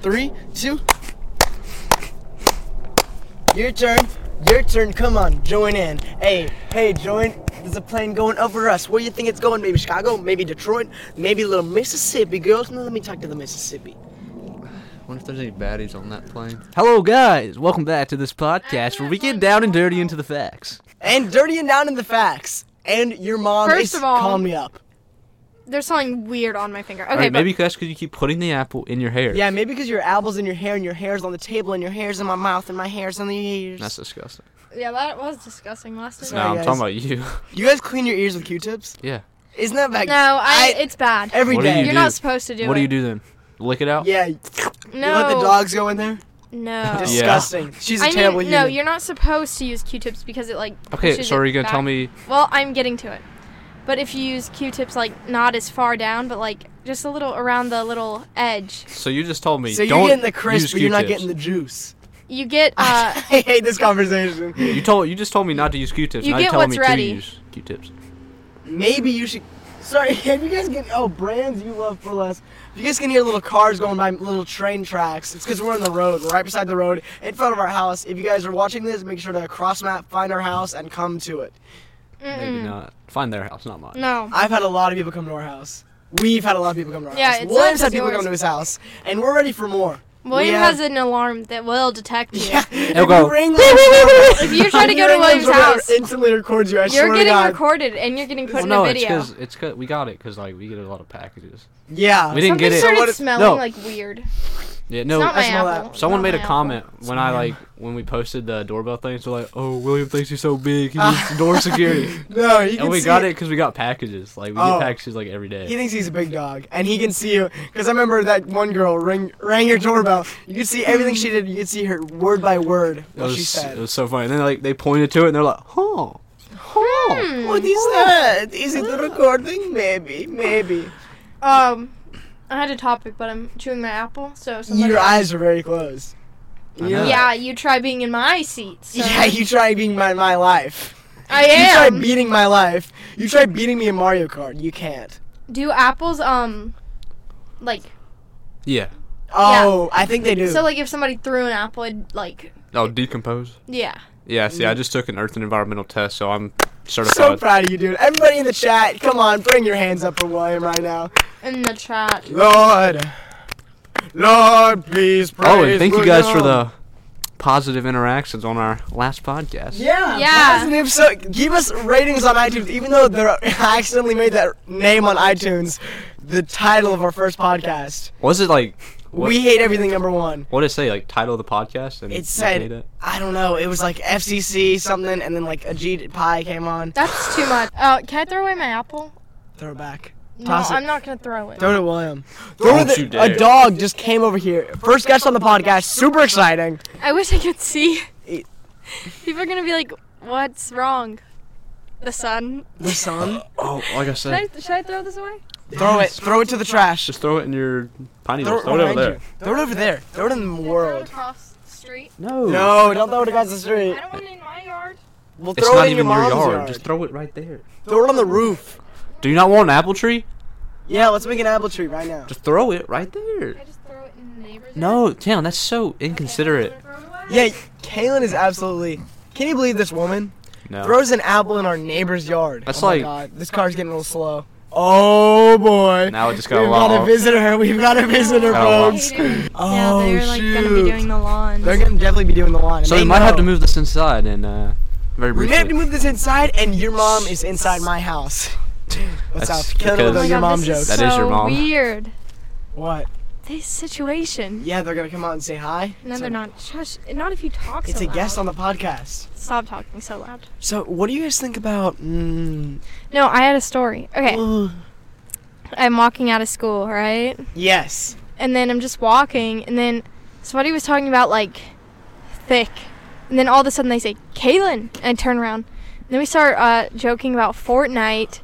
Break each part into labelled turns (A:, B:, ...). A: Three, two. Your turn. Your turn. Come on, join in. Hey, hey, join. There's a plane going over us. Where you think it's going? Maybe Chicago. Maybe Detroit. Maybe a little Mississippi. Girls, now let me talk to the Mississippi.
B: wonder if there's any baddies on that plane.
C: Hello, guys. Welcome back to this podcast where we get down and dirty into the facts.
A: And dirty and down in the facts. And your mom
D: First
A: is
D: of all-
A: calm me up.
D: There's something weird on my finger. Okay,
B: All right,
D: but
B: maybe that's because you keep putting the apple in your hair.
A: Yeah, maybe because your apple's in your hair and your hair's on the table and your hair's in my mouth and my hair's in the ears.
B: That's disgusting.
D: yeah, that was disgusting last
B: No,
A: Sorry,
D: time.
B: I'm
A: guys.
B: talking about you.
A: you guys clean your ears with Q-tips?
B: yeah.
A: Isn't that
D: No,
A: bad?
D: I, it's bad.
A: every
B: What do
A: day.
D: You're
B: do?
D: not supposed to do
B: what
D: it.
B: do you do then? Lick it out?
A: yeah,
D: No.
A: you let the dogs go in there.
D: No.
B: Yeah.
A: Disgusting. She's a
D: I
A: terrible
D: mean,
A: human.
D: no, you're not supposed to use Q-tips because it like.
B: Okay,
D: pushes
B: so are
D: it
B: you gonna
D: back.
B: tell me?
D: Well, I'm getting to it. But if you use Q-tips like not as far down, but like just a little around the little edge,
B: So you just told me.
A: So
B: don't
A: you're getting the crisp,
B: use
A: but you're not
B: Q-tips.
A: getting the juice.
D: you get uh,
A: I hate this conversation.
B: You told you just told me not to use Q-tips.
D: You
B: now you're
D: get
B: telling
D: what's
B: me
D: ready.
B: to use Q-tips.
A: Maybe you should. Sorry, have you guys getting? Oh, brands you love burlesque. If you guys can hear little cars going by, little train tracks, it's because we're on the road. We're right beside the road, in front of our house. If you guys are watching this, make sure to cross map, find our house, and come to it.
B: Maybe not. Find their house, not mine.
D: no.
A: I've had a lot of people come to our house. We've had a lot of people come to our
D: Yeah,
A: house.
D: it's not
A: William's had
D: just
A: people
D: yours.
A: come to his house, and we're ready for more.
D: William
A: have-
D: has an alarm that will detect you.
A: Yeah,
B: It'll
A: if
B: go,
A: you ring William's
D: If you try to
A: if
D: go
A: you
D: to
A: ring
D: William's
A: doorbell,
D: house,
A: instantly records you. I
D: you're
A: swear to
D: getting
A: God.
D: recorded and you're getting put
B: Well,
D: in
B: no,
D: a
B: it's
D: video.
B: because it's 'cause- we got it because like we get a lot of packages.
A: yeah.
B: We didn't
D: Something
B: get it.
D: started
A: So what if-
D: smelling
B: no.
D: like weird.
B: Yeah,
D: it's not
B: no.
D: my
A: smell
D: apple.
A: that.
D: It's
B: Someone
D: not
B: made
D: my
B: a
D: apple.
B: comment when I like when we posted the doorbell thing. So like, oh, William thinks he's so big,
D: Ah.
B: he needs door security.
A: No, you can
B: And we
A: see
B: got it because we got packages. Like we
A: Oh.
B: get packages like every
A: He
B: day.
A: thinks he's a big dog, and he can see you. Because I remember that one girl rang rang your doorbell. You could see everything she did. You could see her word by word
B: It
A: what she
B: was
A: said.
B: it was so funny. And then like they pointed to it and they're like, huh, huh.
D: Hmm.
A: what is that? Is it the recording? Maybe, maybe.
D: Um, I had a topic, but I'm chewing my apple, so somebody
A: Your
D: else-
A: eyes are very closed.
B: I
A: Yeah.
B: know.
D: Yeah, you try being in my seat. So.
A: Yeah, you try beating my my life.
D: I
A: You
D: am.
A: try beating my life. You try beating me in Mario Kart. You can't.
D: do apples um, like
B: Yeah.
A: Oh, I think they do.
D: so like if somebody threw an apple, it'd like
B: Oh, decompose.
D: yeah.
B: Yeah. See, I just took an earth and environmental test, so I'm
A: so
B: certified.
A: proud of you, dude. Everybody in the chat, come on, bring your hands up for William right now.
D: In the chat.
A: Lord, Lord, please praise.
B: oh, and thank you guys for
A: William.
B: the positive interactions on our last podcast.
A: Yeah.
D: Yeah.
A: Positive. So give us ratings on iTunes, even though they're, I accidentally made that name on iTunes the title of our first podcast.
B: Was it like what,
A: We hate everything number one.
B: what did it say? Like title of the podcast? And
A: It
B: you
A: said
B: hate it?
A: I don't know. It was like FCC something, and then like Ajit Pai came on.
D: That's too much. Uh, can I throw away my apple?
A: Throw it back. Toss
D: No,
A: it.
D: I'm not gonna throw it.
A: Throw it at William. Throw
B: Don't
A: the,
B: you dare.
A: A dog just came over here. First guest on the podcast. Super exciting.
D: I wish I could see.
A: It-
D: People are gonna be like, "What's wrong?" The sun.
A: The sun.
B: Oh, like I
D: Should I,
B: said,
D: should I throw this away?
A: Throw it. Throw it to the trash.
B: just throw it in your piney.
A: Throw it
B: Throw, throw it over
A: behind
B: there.
A: you. Throw it over there. Throw it in the world.
D: across the street.
B: No,
A: No, don't throw it across the street.
D: don't want it in my yard.
A: We'll throw
B: it's
A: it
B: not
A: in
B: even
A: your,
B: your
A: mom's
B: yard.
A: yard.
B: Just throw it right there.
A: Throw it on the roof.
B: Do you not want an apple tree?
A: Yeah, let's make an apple tree right now.
B: Just throw it right there.
D: I just throw it in the neighbor's
B: No, Town, that's so inconsiderate.
A: Yeah, Kaylin is absolutely. Can you believe this woman
B: No.
A: throws an apple in our neighbor's yard?
B: That's
A: oh my
B: like-
A: God, this car's getting a little slow. Oh boy.
B: Now it just got
A: We've
B: a lot
A: got a
B: off.
A: visitor. We've got a visitor,
B: Got a lot.
A: folks. Oh
D: Yeah, they're like
A: shoot.
D: gonna be doing the lawns.
A: They're gonna definitely be doing the lawn. and
B: So
A: they
B: we might have
A: know.
B: to move this inside and uh, very
A: We
B: briefly.
A: may have to move this inside, and your mom is inside my house. What's
B: That's
A: up? Killing
B: because-
A: all those your
B: Those
D: Oh my God,
A: mom
D: this
A: jokes.
B: That
D: so
B: is your mom.
D: Weird.
A: What?
D: This situation.
A: Yeah, they're gonna come out and say hi.
D: No,
A: So-
D: they're not. Shush. Not if you talk
A: It's
D: so
A: a
D: loud.
A: guest on the podcast.
D: Stop talking so loud.
A: So, what do you guys think about? Mm,
D: No, I had a story. Okay,
A: ugh.
D: I'm walking out of school, right?
A: yes.
D: And then I'm just walking, and then somebody was talking about like thick, and then all of a sudden they say Kaylin, and I turn around. And then we start uh, joking about Fortnite. I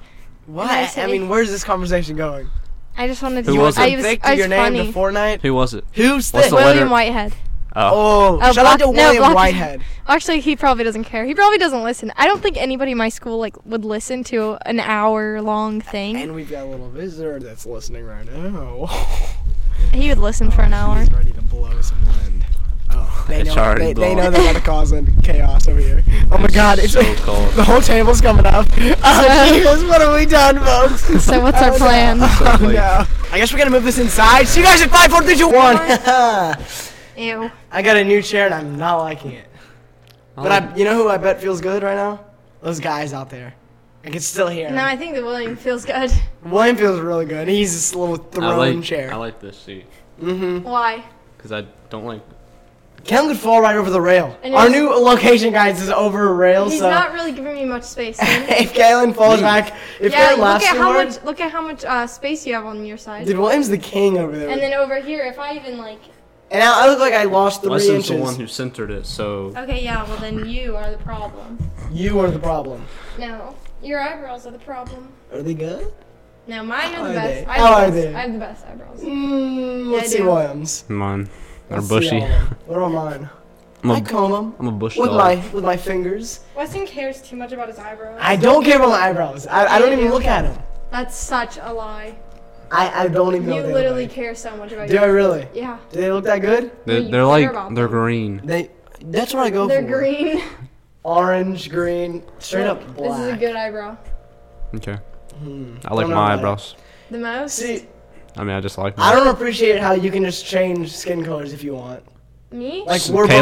A: What?
D: say-
A: I mean, where's this conversation going?
D: I just wanted to.
B: Who
A: You
B: was
A: want
B: it?
D: I
A: to
D: was,
A: thick
D: I
A: to your
D: was funny.
A: name to Fortnite?
B: Who was it?
A: Who's
B: What's
A: thick?
B: the
D: William
B: letter-
D: Whitehead.
B: Oh,
A: Oh,
D: Oh,
A: shout out to
D: Block- no,
A: William
D: Block-
A: Whitehead.
D: Actually, he probably doesn't care. He probably doesn't listen. I don't think anybody in my school like would listen to an hour long thing.
A: And we've got a little visitor that's listening right now.
D: he would listen for an hour.
A: He's ready to blow some wind. Oh, they
B: It's
A: know,
B: already
A: they, they
B: blowing.
A: know they're about to cause in chaos over here. Oh my god, it's Oh,
B: so cold.
A: the whole table's coming up. Oh Jesus, what have we done, folks?
D: So what's our
A: Oh, no.
D: plan?
A: Oh
B: like-
A: no. I guess we're gonna move this inside. See you guys at 5, 4, 3, 2, 1. I
D: Ew.
A: got a new chair and I'm not liking it. But
B: Oh.
A: I, you know who I bet feels good right now? Those guys out there. I can still hear him.
D: No, I think that William feels good.
A: William feels really good. He's this little throne
B: I like,
A: chair.
B: I like this seat
D: Why?
B: because I don't like.
A: Cam could fall right over the rail.
D: And
A: Our
D: it's-
A: new location guidance is over a rail,
D: He's
A: so
D: not really giving me much space.
A: uh, if Kalen falls back, if
D: yeah,
A: Kalen
D: look
A: laughs
D: at
A: too
D: how
A: hard,
D: much look at how much uh, space you have on your side.
A: dude, William's the king over there.
D: And then over here, if I even like,
A: And now I look like I lost three
B: Weston's the one
A: inches.
B: who centered it, so
D: okay, yeah, well then you are the problem.
A: You are the problem.
D: No, your eyebrows are the problem.
A: Are they good?
D: No, mine are the
A: Are
D: best.
A: they?
D: I have
A: How are
D: the best.
A: they?
D: I have the best eyebrows.
A: Mm, let's
D: Yeah, I
A: see
D: do.
A: Williams.
B: mine are
A: Let's see
B: bushy.
A: all of them. What are mine?
B: I'm
A: I
B: a,
A: comb them
B: I'm a bush
A: with
B: dog.
A: my with my fingers.
D: Weston cares too much about his eyebrows.
A: I don't care about my eyebrows. I, I don't
D: Yeah,
A: even
D: you do.
A: look at them.
D: That's such a lie.
A: I, I don't even know.
D: You
A: what they look
D: literally
A: like.
D: care so much about
A: Do I
D: your.
A: really?
D: Yeah,
A: Do they look that good?
B: They're,
D: you
B: they're
D: care
B: like
D: about
B: they're
D: them.
B: green.
A: They. That's what I go
D: they're
A: for.
D: green.
A: Orange, green, straight
D: Look,
A: up black.
D: This is a good eyebrow.
B: Okay.
A: Hmm.
B: I like
A: Don't know about
B: my
A: it.
B: eyebrows.
D: The most.
A: See,
B: I mean, I just like
A: I
B: mine.
A: don't appreciate how you can just change skin colors if you want.
D: Me?
A: Like we're both-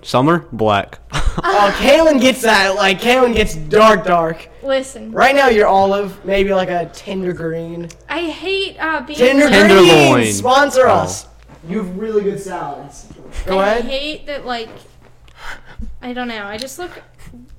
B: Kaylin, summer, black.
A: Oh, Kaylin gets that. Like Kaylin gets dark, dark.
D: Listen,
A: Right now you're olive, maybe like a tinder green.
D: I hate uh, being.
A: Tinder
D: like-
B: Tenderloin.
A: green. Sponsor
B: Oh.
A: us. You have really good salads. Go
D: I
A: ahead.
D: hate that like I don't know. I just look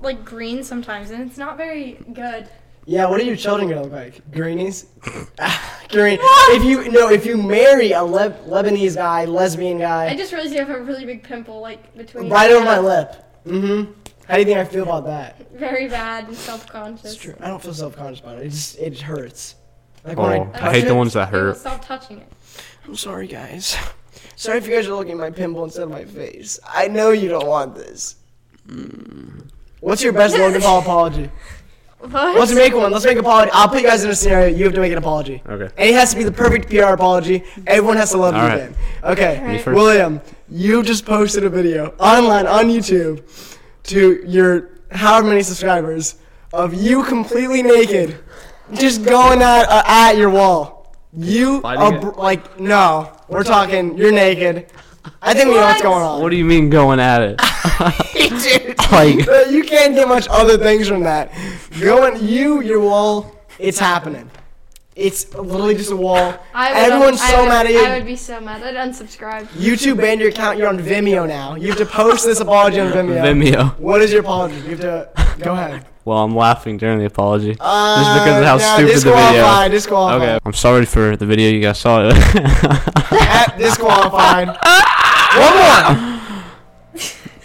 D: like green sometimes and it's not very good.
A: Yeah, what are your children gonna look like? Greenies? Ah, green. If you no, if you marry a Leb- Lebanese guy, lesbian
D: I
A: guy,
D: just realized you have a really big pimple like between
A: right
D: your
A: over my
D: abs.
A: lip. Mm-hmm. How do you think I feel about that?
D: Very bad and self-conscious.
A: It's true. I don't feel self-conscious about it. It just it hurts. Like
B: Oh,
A: when I,
B: I
A: touch
B: hate the
A: it.
B: ones that
D: Okay, well,
B: hurt.
D: Stop touching it.
A: I'm sorry, guys. Sorry if you guys are looking at my pimple instead of my face. I know you don't want this. Mm. What's your best Logan Paul apology?
D: What?
A: Let's make one. Let's make an apology. I'll put you guys in a scenario. You have to make an apology.
B: Okay.
A: And it has to be the perfect PR apology. Everyone has to love you
B: All right.
A: then. Okay.
D: Me
B: first.
A: William, you just posted a video online on YouTube to your however many subscribers of you completely naked, just going at uh, at your wall. You
B: Fighting
A: are,
B: it?
A: br- like no. We're talking. You're naked. I think we know what's going on.
B: What do you mean going at it?
A: Dude.
B: Like-
A: Uh, you can't get much other things from that. Going you, your wall, it's happening. It's literally just a wall.
D: I would,
A: Everyone's
D: I
A: so
D: would-
A: mad at
D: I would
A: you.
D: be so mad. I'd unsubscribe.
A: YouTube banned your account. You're on Vimeo now. You have to post this apology on Vimeo.
B: Vimeo.
A: What is your apology? You have to go ahead.
B: Well, I'm laughing during the apology.
A: Uh,
B: Just because of how
A: no,
B: stupid the video.
A: Disqualified. Disqualified.
B: Okay. I'm sorry for the video you guys saw.
A: At disqualified. One more.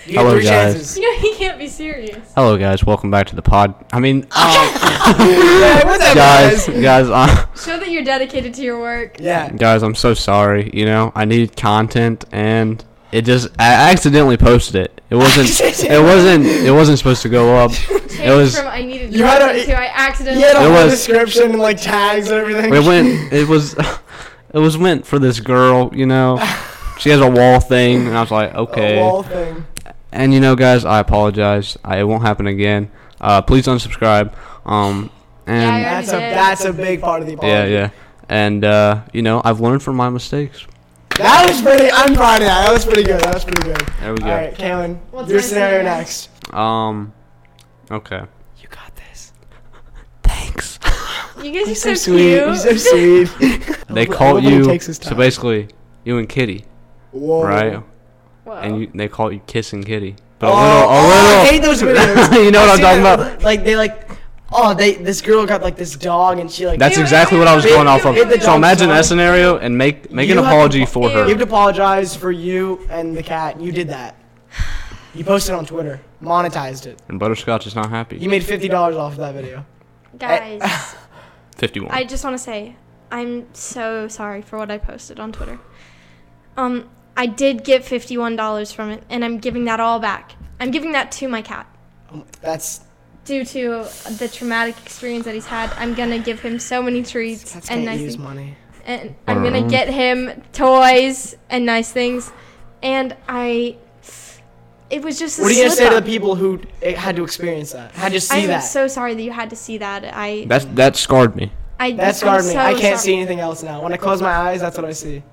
A: You get
B: Hello,
A: three
B: guys.
A: chances.
D: You know he can't be serious.
B: Hello guys, welcome back to the pod. I mean,
A: Yeah, what's up,
B: guys, guys, uh,
D: Show that you're dedicated to your work.
A: Yeah.
B: guys, I'm so sorry. You know, I needed content and it just I accidentally posted it. It wasn't it wasn't it wasn't supposed to go up. It was
D: from I needed
A: You had a-
D: content to I accidentally.
A: You had a
B: It
A: whole
B: was-
A: description and like tags and everything.
B: it went it was it was meant for this girl, you know. She has a wall thing and I was like,
A: A
B: "Okay."
A: wall thing.
B: And you know, guys, I apologize. I, it won't happen again. Uh, please unsubscribe. Um and
D: Yeah,
A: That's a
D: did.
A: that's a big part of the apology.
B: yeah, yeah. And uh, you know, I've learned from my mistakes.
A: That was pretty. I'm proud of that. That was pretty good. That was pretty good.
B: There we go.
A: All right, Kalen,
D: What's
A: your
D: my
A: scenario
D: scenario?
A: next.
B: Um. Okay.
A: You got this.
B: Thanks.
D: You guys are
A: He's
D: so,
A: so sweet.
D: cute.
A: He's so sweet.
B: They
A: Everybody
B: call you.
A: takes his
B: So
A: time.
B: basically, you and Kitty,
A: Whoa.
B: right?
D: Whoa.
B: And you, they call you kissing Kitty. But
A: Oh,
B: a little, a
A: oh, I
B: little.
A: hate those videos.
B: You know what
A: I've
B: I'm
A: seen
B: talking
A: it.
B: about.
A: Like they like. Oh, they. This girl got like this dog, and she like.
B: That's
D: Ew,
B: exactly what I was
D: ew,
B: going
D: ew,
B: off of.
D: ew, ew.
B: So imagine that scenario and make make
A: You
B: an
A: have to-
B: apology for
A: you
B: her.
A: have to apologize for you and the cat. You did that. You posted on Twitter, monetized it.
B: And Butterscotch is not happy.
A: You made fifty dollars off of that video.
D: Guys.
B: Fifty-one.
D: I just want to say, I'm so sorry for what I posted on Twitter. Um, I did get fifty-one dollars from it, and I'm giving that all back. I'm giving that to my cat.
A: That's
D: Due to the traumatic experience that he's had, I'm gonna give him so many treats
A: that's can't
D: and nice
A: use
D: things.
A: money.
D: and I'm
B: Alright.
D: gonna get him toys and nice things. And I, it was just. A
A: What are you gonna
D: slip
A: say to
D: up.
A: the people who eh, had to experience that? Had to see
D: I'm
A: that?
D: so sorry that you had to see that. I.
B: That's that scarred me.
D: I
A: that scarred
D: I'm
A: me.
D: so
A: I can't
D: sorry.
A: see anything else now. When I close my eyes, that's what I see.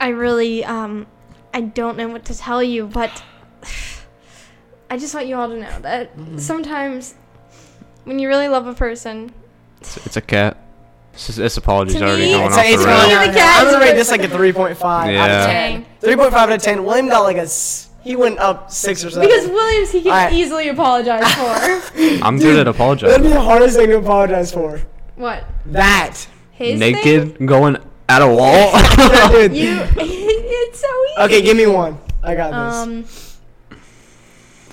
D: I really, um, I don't know what to tell you, but I just want you all to know that
A: Mm-hmm.
D: sometimes when you really love a person,
B: It's, it's a cat. This, is- this apology's
D: To
B: already
D: me-
B: going
A: It's,
B: off the
A: it's going
D: Really
B: rails.
A: down
D: the
A: now. I'm gonna
D: cats
A: rate
D: were-
A: this like a 3.5 out
B: Yeah.
A: of 10.
D: Dang.
A: 3.5 out of 10. William got like a. s- He went up six or seven.
D: because Williams he can
A: Alright.
D: easily apologize for
B: I'm
A: Dude, that'd be
B: good at apologizing.
A: the hardest thing to apologize for.
D: what
A: That.
D: his thing?
B: Naked going at a wall.
A: Dude.
D: You, it's so easy.
A: okay, give me one. I got this.
D: Um,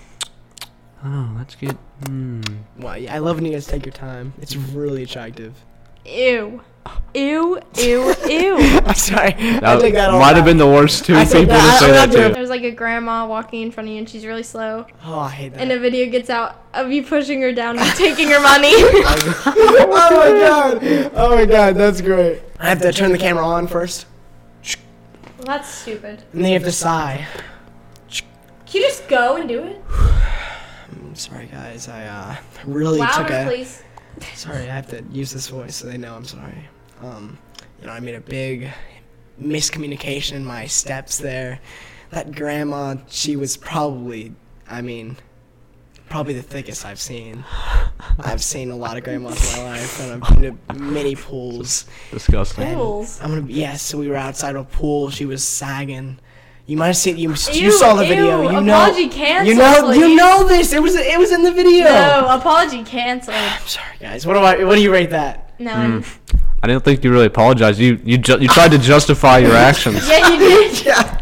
B: oh, that's good. Hmm.
A: Wow, yeah, I love when you guys take your time. It's really attractive.
D: ew, ew, ew, ew.
A: I'm sorry. I
B: That
A: think that all
B: might have
A: back.
B: been the worst two
A: I
B: people
A: take
B: to
A: that-
B: say
A: I'm
B: that
A: not doing
B: to.
D: There's like a grandma walking in front of you, and she's really slow.
A: Oh, I hate that.
D: And a video gets out of you pushing her down and taking her money.
A: oh my god. Oh my god, that's great. I have to turn the camera on first,
D: That's stupid.
A: and then you have to sigh.
D: Can you just go and do it?
A: I'm sorry, guys. I uh, really took
D: Louder,
A: a.
D: please.
A: Sorry, I have to use this voice so they know I'm sorry. Um, you know, I made a big miscommunication in my steps there. That grandma, she was probably, I mean, probably the thickest I've seen. I've seen a lot of grandmas in my life, and I've been to many pools.
B: Disgusting.
D: Pools.
A: I'm gonna be, yes, we were outside a pool. She was sagging. You might have seen you. you
D: Ew,
A: saw the
D: ew,
A: video. You
D: apology
A: know.
D: canceled,
A: You know. You
D: please.
A: know this. It was. It was in the video.
D: No, apology canceled.
A: I'm sorry, guys. What do I? What do you rate that?
D: No.
B: I didn't think you really apologized. You you ju- you tried to justify your actions
D: Yeah, you did.
A: Yeah.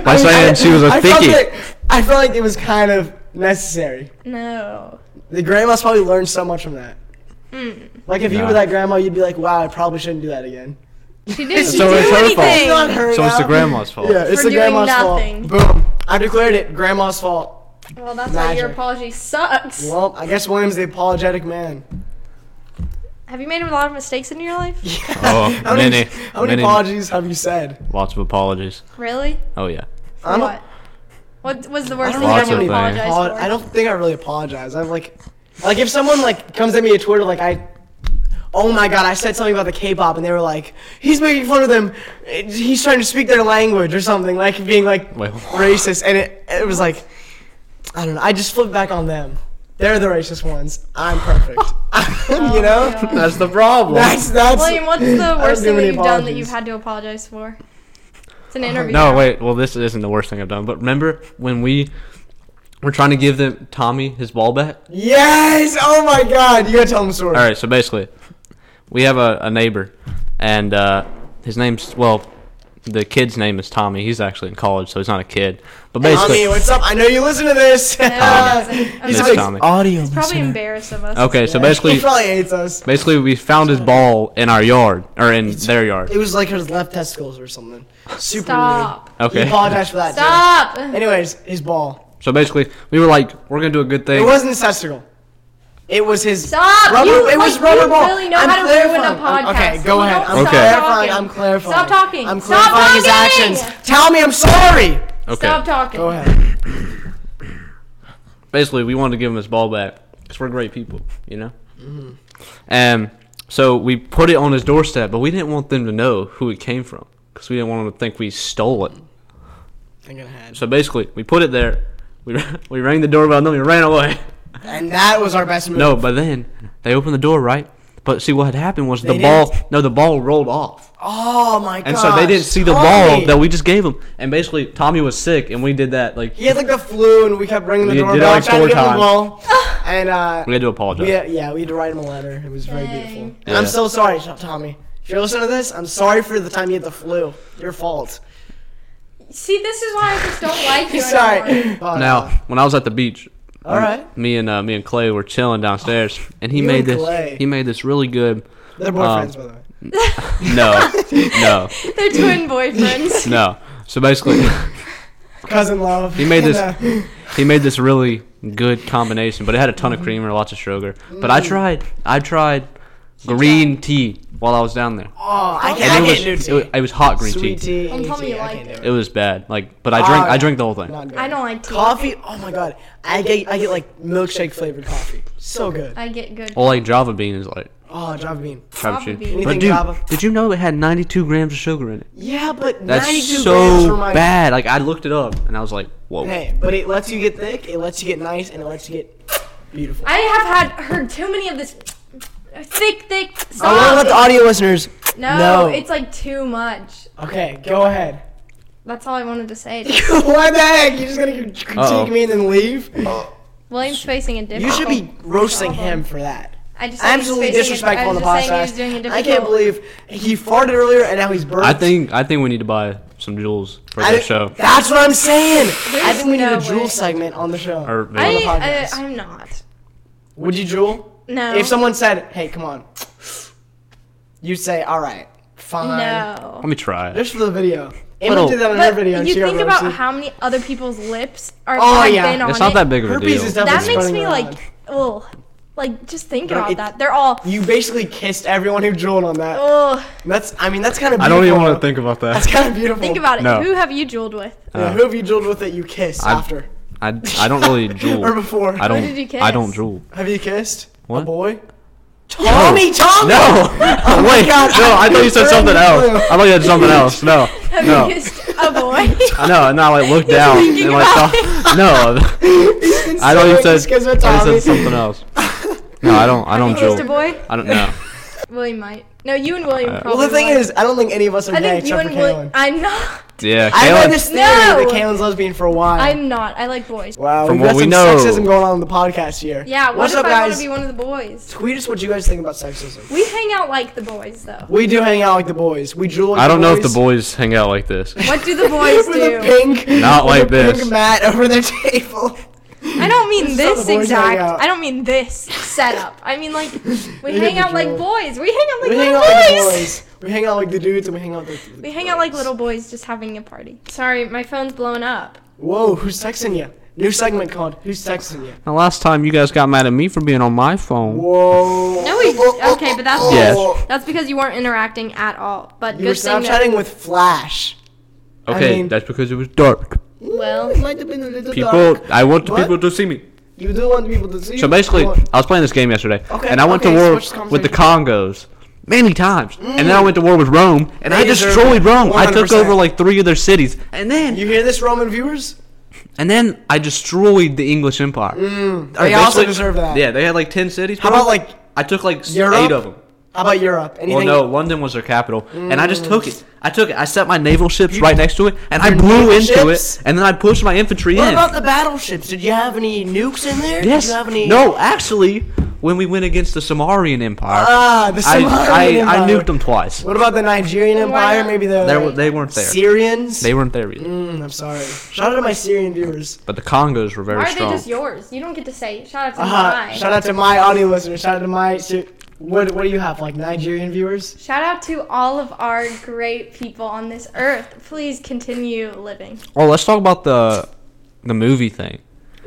B: by saying she was a
A: felt
B: thinky.
A: that- I felt like it was kind of necessary.
D: No.
A: The grandma's probably learned so much from that.
D: Mm.
A: Like if you
B: Yeah.
A: were that grandma, you'd be like, "Wow, I probably shouldn't do that again."
D: She didn't
B: So
D: do
B: it's her fault.
D: anything.
A: Not her
B: So it's the
A: now.
B: grandma's fault.
A: Yeah, it's
D: For
A: the
D: doing
A: grandma's
D: nothing.
A: fault. Boom. I declared it. Grandma's fault.
D: Well, that's why your
A: Magic.
D: apology sucks.
A: Well, I guess William's the apologetic man.
D: Have you made a lot of mistakes in your life?
A: How
B: Oh,
A: many,
B: many,
A: how many
B: many-
A: apologies have you said?
B: Lots of apologies.
D: Really?
B: Oh yeah.
D: For
A: I'm a-
D: what? What was the worst
A: I don't
D: thing you
B: Lots
D: ever
B: of
A: think I really
D: apologized
B: things.
A: apolo-
D: for?
A: I don't think I really apologize. I'm like, like if someone like comes at me at Twitter, like I, oh my god, I said something about the K-pop, and they were like, he's making fun of them, he's trying to speak their language or something, like being like
B: Wait, what?
A: racist, and it it was like, I don't know, I just flipped back on them. They're the racist ones. I'm perfect. you know,
D: Oh, God.
B: That's the problem.
A: that's that's.
D: William, what's the
A: don't
D: worst
A: do
D: thing that
A: many
D: you've done that
A: apologies. Uh,
D: you've had to apologize for? It's an interview.
B: No,
D: now.
B: wait. Well, this isn't the worst thing I've done. But remember when we were trying to give them Tommy his ball back?
A: yes. Oh my god, you gotta tell them a story.
B: All right. So basically, we have a, a neighbor, and uh, his name's well, the kid's name is Tommy. He's actually in college, so he's not a kid. But
A: Tommy,
B: basically,
A: what's up? I know you listen to this.
D: No, he doesn't.
A: He's
B: Miss
A: a big
B: Tommy.
A: audio.
D: He's probably
A: listener.
D: embarrassed of us.
B: okay. So
A: Yeah.
B: basically,
A: he probably hates us.
B: basically, we found his ball in our yard or in their yard.
A: It was like his left testicles or something. Super
D: Stop.
A: weird. He
B: Okay.
A: apologized for that.
D: Stop.
A: Too. Anyways, his ball.
B: So basically, we were like, we're gonna do a good
A: It
B: thing.
A: wasn't his testicle. It was his
D: Stop!
A: rubber.
D: You-
A: it was
D: like,
A: rubber
D: you
A: ball.
D: really know
A: I'm
D: how to ruin a
A: clarifying. I'm-
D: podcast.
A: Okay, go
D: You
A: ahead.
D: don't
A: I'm
B: stop
A: clarifying.
D: talking.
A: I'm clarifying.
D: Stop talking.
A: I'm
D: Stop
A: clarifying
D: talking!
A: his actions. Tell me I'm sorry.
B: Okay.
D: Stop talking.
A: Go ahead.
B: basically we wanted to give him his ball back because we're great people, you know.
A: Mm-hmm.
B: And so we put it on his doorstep, but we didn't want them to know who it came from because we didn't want them to think we stole it.
A: I'm gonna have.
B: So basically, we put it there. We we rang the doorbell, and then we ran away.
A: And that was our best move.
B: No, but then they opened the door, right? But see, what had happened was the
A: They
B: ball. No, the ball rolled off,
A: Oh my god.
B: and so they didn't see the ball that we just gave him. And basically, Tommy was sick, and we did that. Like
A: He had like the flu, and we kept ringing the
B: We did it,
A: doorbell,
B: like,
A: trying
B: four
A: to get him the
B: times.
A: ball. And uh,
B: we had to apologize.
A: Yeah, yeah, we had to write him a letter. It was very beautiful.
D: Dang.
A: And I'm
B: Yeah.
A: so sorry, Tom- Tommy. If you're listening to this, I'm sorry for the time you had the flu. Your fault.
D: See, this is why I just don't like you anymore.
A: sorry. But,
B: Now,
A: uh,
B: when I was at the beach,
A: All right.
B: me and uh, me and Clay were chilling downstairs, and he
A: You
B: made
A: and
B: this.
A: Clay.
B: He made this really good.
A: they're boyfriends,
B: um,
A: by the way.
B: No, no,
D: They're twin boyfriends.
B: no. So basically,
A: Cousin love.
B: He made this-
D: Oh,
A: And, uh,
B: he made this
A: Mm.
B: really good combination, but it had a ton of creamer, lots of sugar. But I tried, I tried green tea while I was down there.
A: Oh, I
B: And
A: can't, I
B: it,
A: can't do
B: was,
A: tea.
B: it was it was hot green
A: Sweet
B: tea.
A: tea.
D: Don't tell me
A: tea,
D: you
A: I
D: like
A: can't
D: it.
A: do
B: It was bad. Like, but I drank I drank the whole thing.
A: Not good.
D: I don't like tea.
A: coffee. Oh my god, I get I get like milkshake flavored coffee. So good.
D: I get good.
B: Well, like Java bean is like
A: Oh, Java bean.
D: Java
B: frappuccino.
D: bean.
B: But
A: Anything
B: dude,
A: Java.
B: did you know it had 92 grams of sugar in it?
A: Yeah, but
B: That's
A: 92 grams for
B: so
A: my
B: bad. Like I looked it up and I was like, whoa.
A: Hey, but it lets you get thick, it lets you get nice, and it lets you get beautiful.
D: I have had heard too many of this thick, thick. Stop.
A: I want to let the audio listeners.
D: no,
A: No.
D: it's like too much.
A: Okay, go ahead.
D: That's all I wanted to say.
A: Why the heck? You're just gonna critique
B: Uh-oh.
A: me and then leave?
D: William's facing a difficult.
A: You should be roasting him for that.
D: I just said he's
A: Absolutely
D: facing a-
A: disrespectful on
D: I
A: the
D: was
A: podcast.
D: just saying he was doing a
A: I can't
D: difficult-
A: believe he farted earlier and now he's burped.
B: I think I think we need to buy some jewels for
A: I
B: the
A: think-
B: show.
A: That's what I'm saying. I
D: There's
A: think we need
D: no
A: a drool
D: way.
A: segment on the show.
B: Or maybe-
A: on the
D: I,
A: podcast.
D: I, I'm not.
A: Would you drool?
D: No.
A: If someone said, "Hey, come on," you'd say, "All right, fine."
D: No.
B: let me try it.
A: Just for the video. Emma
B: Little-
A: did that on her
D: But
A: video. and
D: you
A: she got
D: think about
A: roasted.
D: how many other people's lips are
A: Oh,
D: plugged
A: yeah.
D: in on
B: It's not
D: it.
B: that big of a
A: Herpes
B: deal.
A: is definitely
D: That makes
A: spreading
D: me
A: around.
D: like, oh, like just think
A: No,
D: about
A: it-
D: that. They're all,
A: You basically kissed everyone who drooled on that.
D: oh,
A: That's. I mean, that's kind of.
B: I don't even want to think about
A: That's
B: that.
A: kind of beautiful.
D: think about it.
B: No.
D: Who have you jeweled with?
A: Yeah, who have you drooled with that you kissed
B: I've-
A: after
B: I, I don't really jewel.
A: or before?
B: I don't
D: did you
B: I
D: kiss?
B: don't jewel.
A: Have you kissed a
B: What?
A: boy? Tommy, Tommy.
B: No. Wait.
A: God.
B: No, I thought you said something else. I thought you had something else. No.
D: Have
B: No.
D: you kissed a boy?
B: I know, and I like looked down
D: thinking
B: and like
D: about
B: thought, no. I don't even said
A: Kissed with
B: I thought
A: Tommy.
B: you said something else. No, I don't I don't
D: Have you kissed a
B: jewel.
D: boy?
B: I don't Uh, know.
D: William might. No, you and William
B: Well,
D: probably.
A: Well, the thing
D: would.
A: is, I don't think any of us are
D: I
A: gay
D: think you
A: except
D: and
A: for
D: William.
A: Kaylin.
D: I'm not.
B: Yeah,
A: I've
B: Kaylin-
A: had this theory that
D: No.
A: Kaylin's lesbian for a while.
D: I'm not. I like boys.
A: Wow,
B: From
A: we've got
B: what
A: some
B: we know.
A: sexism going on in the podcast here.
D: Yeah. What
A: What's
D: if
A: up,
D: I want
A: guys?
D: to be one of the boys?
A: Tweet us what you guys think about sexism.
D: We hang out like the boys, though.
A: We do hang out like the boys. We drool. Like
B: I don't
A: the
B: know
A: boys.
B: if the boys hang out like this.
D: What do the boys
A: with a
D: do?
A: pink,
B: Not
A: with
B: like
A: a
B: this.
A: Pink mat over their table.
D: I don't mean
A: This is how
D: this
A: the boys hang
D: exact.
A: out.
D: I don't mean this setup. I mean like we
A: They
D: hang
A: get
D: out like
A: the
D: boys. We hang out like
A: we hang
D: little
A: out like the
D: boys.
A: boys. We hang out like the dudes, and we hang out like. The
D: We hang out like little boys just having a party. Sorry, my phone's blown up.
A: Whoa, who's texting you? New segment called "Who's Texting You."
B: Now, last time you guys got mad at me for being on my phone.
A: Whoa.
D: No, we
A: oh,
D: okay, but that's
B: Yes.
D: that's because you weren't interacting at all. But
A: You were
D: good thing. That,
A: Snapchatting with Flash.
B: Okay,
A: I mean-
B: that's because it was dark.
D: well,
A: It might have been a little
B: People,
A: dark.
B: I want the
A: What?
B: people to see me.
A: You do want people to see.
B: So
A: you.
B: basically,
A: You want-
B: I was playing this game yesterday,
A: Okay,
B: and I went
A: okay,
B: to war
A: switch the
B: with the
A: conversation. Mm.
B: Congos many times, and then I went to war with Rome, and
A: They
B: I
A: deserve
B: destroyed
A: it,
B: Rome. I took
A: 100%.
B: over like three of their cities, and then
A: you hear this, Roman viewers?
B: and then I destroyed the English Empire. I
A: Mm. They also
B: basically-
A: deserve that.
B: Yeah, they had like ten cities.
A: How
B: bro.
A: about like?
B: I took like s-
A: Europe?
B: eight of them.
A: How about Europe?
B: Well,
A: Anything?
B: no, London was their capital, and I just took it. I took it. I set my naval ships
A: Mm. You-
B: right next to it, and I
A: Your
B: blew
A: naval
B: into
A: ships?
B: it, and then I pushed my infantry
A: What
B: in.
A: about the battleships? Did you have any nukes in there?
B: Yes.
A: Did you have any?
B: No, actually, when we went against the Samarian Empire,
A: Ah, the
B: I,
A: Somalian
B: I, I
A: Empire.
B: nuked them twice.
A: What about the Nigerian
D: Why
A: Empire?
D: not?
A: Maybe the
B: They, were, they weren't there.
A: Syrians.
B: They weren't there either.
A: Mm, I'm sorry. Shout out to my Syrian viewers.
B: But the Congos were very
D: why are
B: strong.
D: they just yours? You don't get to say. Shout out to
A: Uh,
D: my.
A: shout out to my audio listeners. Shout out to my. Sy- What What do you have? Like Nigerian viewers?
D: Shout out to all of our great people on this earth. Please continue living.
B: oh, let's talk about the the movie thing.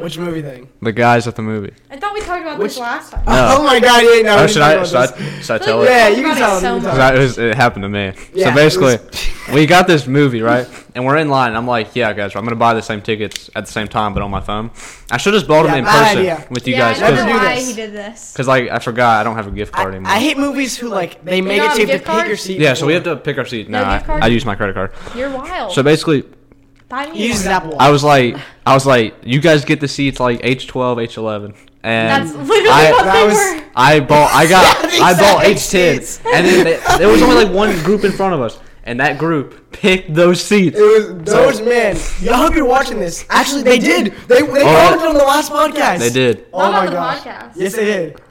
A: Which movie thing?
B: The guys at the movie.
D: I thought we talked about
A: Which-
D: this last time.
A: Oh my God! You ain't know.
B: Oh,
A: anything
B: should I,
A: about
B: should, I,
A: this.
B: should I
D: I
B: tell
D: feel
B: it?
A: Yeah,
D: like
A: you
D: we
A: can tell
D: talked about it
A: them. You can
D: so
A: tell them.
D: much.
B: 'Cause I- it, was, it happened to me.
A: Yeah,
B: so
A: it was-
B: basically, we got this movie, right? And we're in line, and I'm like, yeah, guys, I'm going to buy the same tickets at the same time, but on my phone. I should have just bought
A: Yeah,
B: them in
A: bad
B: person
A: idea.
B: with you
D: yeah,
B: guys.
D: I don't
A: Let's
D: know
A: do
B: Because,
D: why
A: this.
D: he did this.
B: like, I forgot I don't have a gift card anymore.
A: I hate movies who like they make it
D: don't
A: to you
D: have
A: have
D: a gift
A: to pick your
D: card?
A: seat.
B: Yeah, so we have to pick our seat.
D: No
B: Nah,
D: gift card?
B: I, I use my credit card.
D: You're wild.
B: So basically,
D: Buy me
A: You use
D: one.
A: his Apple.
B: I was like, I was like, you guys get the seats like H12, H11, and
D: That's literally
B: I-
D: what
A: that
D: they
A: was-
D: were.
B: I bought, I got,
A: That's
B: I bought
A: exact
B: H10,
A: seats.
B: and then they, there was only like one group in front of us, and that group picked those seats.
A: It was those men. Y'all hope you're watching this. Actually, they did. They they commented on the last podcast.
B: Oh. They did.
A: Oh
D: Not
A: my
D: on the
A: gosh.
D: podcast.
A: Yes, they did.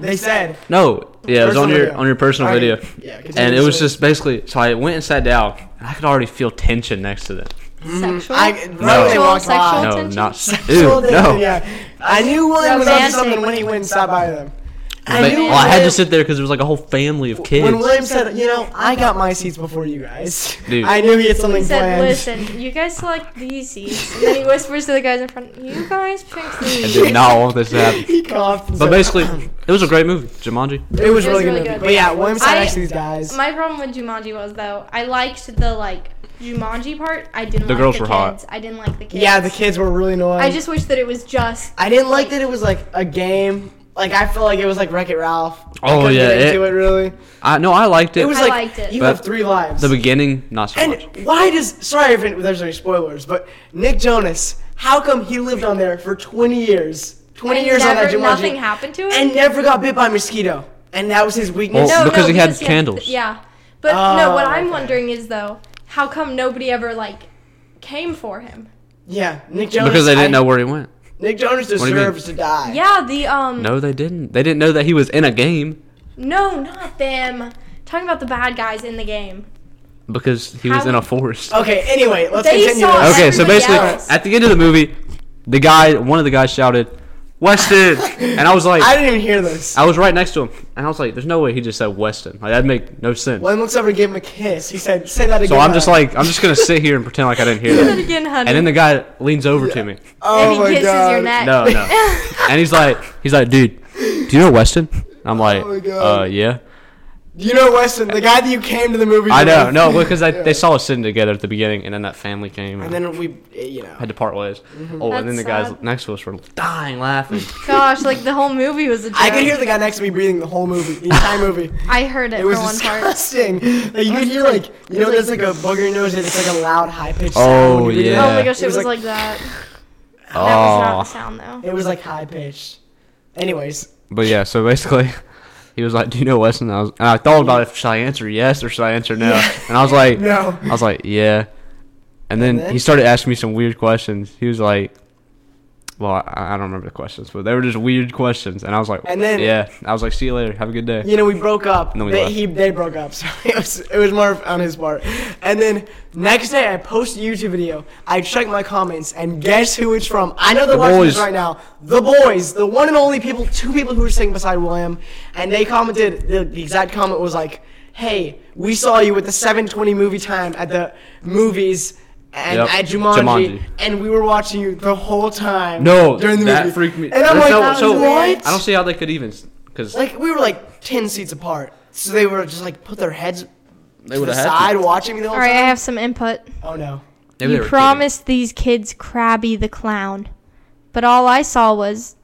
A: They said.
B: No, yeah, it was
A: Personal
B: on your
A: video.
B: on your personal
A: Alright,
B: video,
A: yeah, continue
B: and it
A: the
B: was
A: story.
B: just basically. So I went and sat down, and I could already feel tension next to them.
D: Sexual.
A: Mm, I, right when they
D: Sexual-
A: walked by.
D: sexual-
B: No,
D: tension?
B: not
A: Sexual
B: ew,
A: tension,
B: no.
A: Yeah. I knew William was up to
D: Romantic.
A: something when he went and stopped by them. I
B: But-
A: knew
B: well, I had
A: William-
B: to sit there because there was like a whole family of kids.
A: When William said, you know, I got my seats before you guys.
B: Dude.
A: I knew he had something
D: He said,
A: planned.
D: "Listen, you guys select these seats." And then he whispers to the guys in front, "You guys pick
B: I
D: these."
B: did not want this to happen.
A: he coughed. and said,
B: But
A: "Um,
B: basically, it was a great movie, Jumanji.
A: it was
D: It was
A: really,
D: really
A: good. movie.
D: good.
A: But yeah, William sat
D: I-
A: next to these guys.
D: My problem with Jumanji was though, I liked the like Jumanji part. I didn't.
B: The
D: like
B: girls
D: the
B: were
D: kids.
B: hot.
D: I didn't like the kids.
A: yeah, the kids were really annoying.
D: I just wish that it was just.
A: I didn't like that it was like a game. Like I felt like it was like Wreck It Ralph. I
B: Oh,
A: couldn't
B: yeah,
A: get into
B: it-
A: it really.
B: I no, I liked it.
A: It was
D: I
A: like
D: liked it.
A: you
B: But-
A: have three lives.
B: the beginning, not so much.
A: and why does sorry if it- there's any spoilers, but Nick Jonas, how come he lived on there for 20 years? 20
D: And
A: years on that
D: never-
A: Jumanji.
D: nothing happened to him?
A: And never got bit by a mosquito. And that was his weakness.
B: Well, because he had candles.
D: yeah, but no. What
A: Oh,
D: I'm
A: okay.
D: wondering is though, how come nobody ever like came for him?
A: Yeah, Nick Jonas.
B: Because they didn't
A: I-
B: know where he went.
A: Nick Jonas
B: do you
A: deserves to die.
D: Yeah, the um.
B: No, they didn't. They didn't know that he was in a game
D: No, not them. Talking about the bad guys in the game.
B: because he was
D: How-
B: in a forest.
A: Okay. Anyway, let's
D: They
A: continue.
D: saw
A: this.
B: Okay, so
D: everybody
B: basically,
D: else.
B: at the end of the movie, the guy, one of the guys shouted, "Weston," and I was like,
A: I
B: I,
A: didn't even hear this.
B: was right next to him, and I was like, "There's no way he just said Weston. Like that'd make no sense."
A: One looks over and gave him a kiss. He said, "Say that again."
B: So I'm just
A: honey."
B: like, I'm just gonna sit here and pretend like I didn't hear
D: Say
B: that.
D: that again, honey.
B: And then the guy leans over to me.
A: oh
D: And he
A: my
D: kisses
A: God.
D: your neck.
B: No, no. and he's like, he's like, dude, do you know Weston? And I'm like,
A: Oh my God.
B: uh, yeah.
A: You know Weston, the guy that you came to the movie.
B: I know, no, because I, they saw us sitting together at the beginning, and then that family came, and,
A: And then we, eh, you know.
B: had to part ways. Oh, and then the
D: That's
B: guys
D: sad.
B: next to us were dying laughing.
D: Gosh, like the whole movie was a joke.
A: I could hear the guy next to me breathing the whole movie, the entire movie.
D: I heard it,
A: It was
D: for one part.
A: disgusting. Like you could hear like you know there's like a bug in your nose and it's like a loud high pitched
B: Oh,
A: sound. when you breathe in.
B: yeah.
D: Oh my gosh, it was, like, that. That was not the
B: Oh.
D: sound though.
A: It was like high pitched. Anyways,
B: but yeah, so basically, he was like, "Do you know Weston?" And I, was, and I thought about if should I answer yes or should I answer no, and I was like,
A: no.
B: I was like, yeah. And then,
A: then?
B: he started asking me some weird questions. He was like, well, I, I don't remember the questions, but they were just weird questions. And I was like,
A: And then-
B: yeah. I was like, see you later. Have a good day.
A: You know we broke up.
B: And then we
A: they,
B: left.
A: he they broke up, so it was it was more on his part. And then next day I post a YouTube video. I check my comments and guess who it's from? I know they're
B: The
A: watching
B: boys.
A: this right now. The boys, the one and only people, two people who were sitting beside William, and they commented. The, the exact comment was like, "Hey, we saw you at the 7:20 movie time at the movies." And
B: Yep,
A: at Jumanji,
B: Jumanji.
A: and we were watching you the whole time.
B: No,
A: during the
B: that
A: movie.
B: freaked me.
A: And I'm
B: There's
A: like,
B: no- so-
A: what?
B: I don't see how they could even, because
A: like we were like ten seats apart, so they were just like put their heads
B: they
A: to
B: would
A: the
B: have had
A: side
B: to.
A: watching me the whole
D: All right, I
A: time.
D: have some input.
A: oh no!
B: Maybe they were
D: you
B: kidding.
D: promised these kids Krabby the Clown, but all I saw was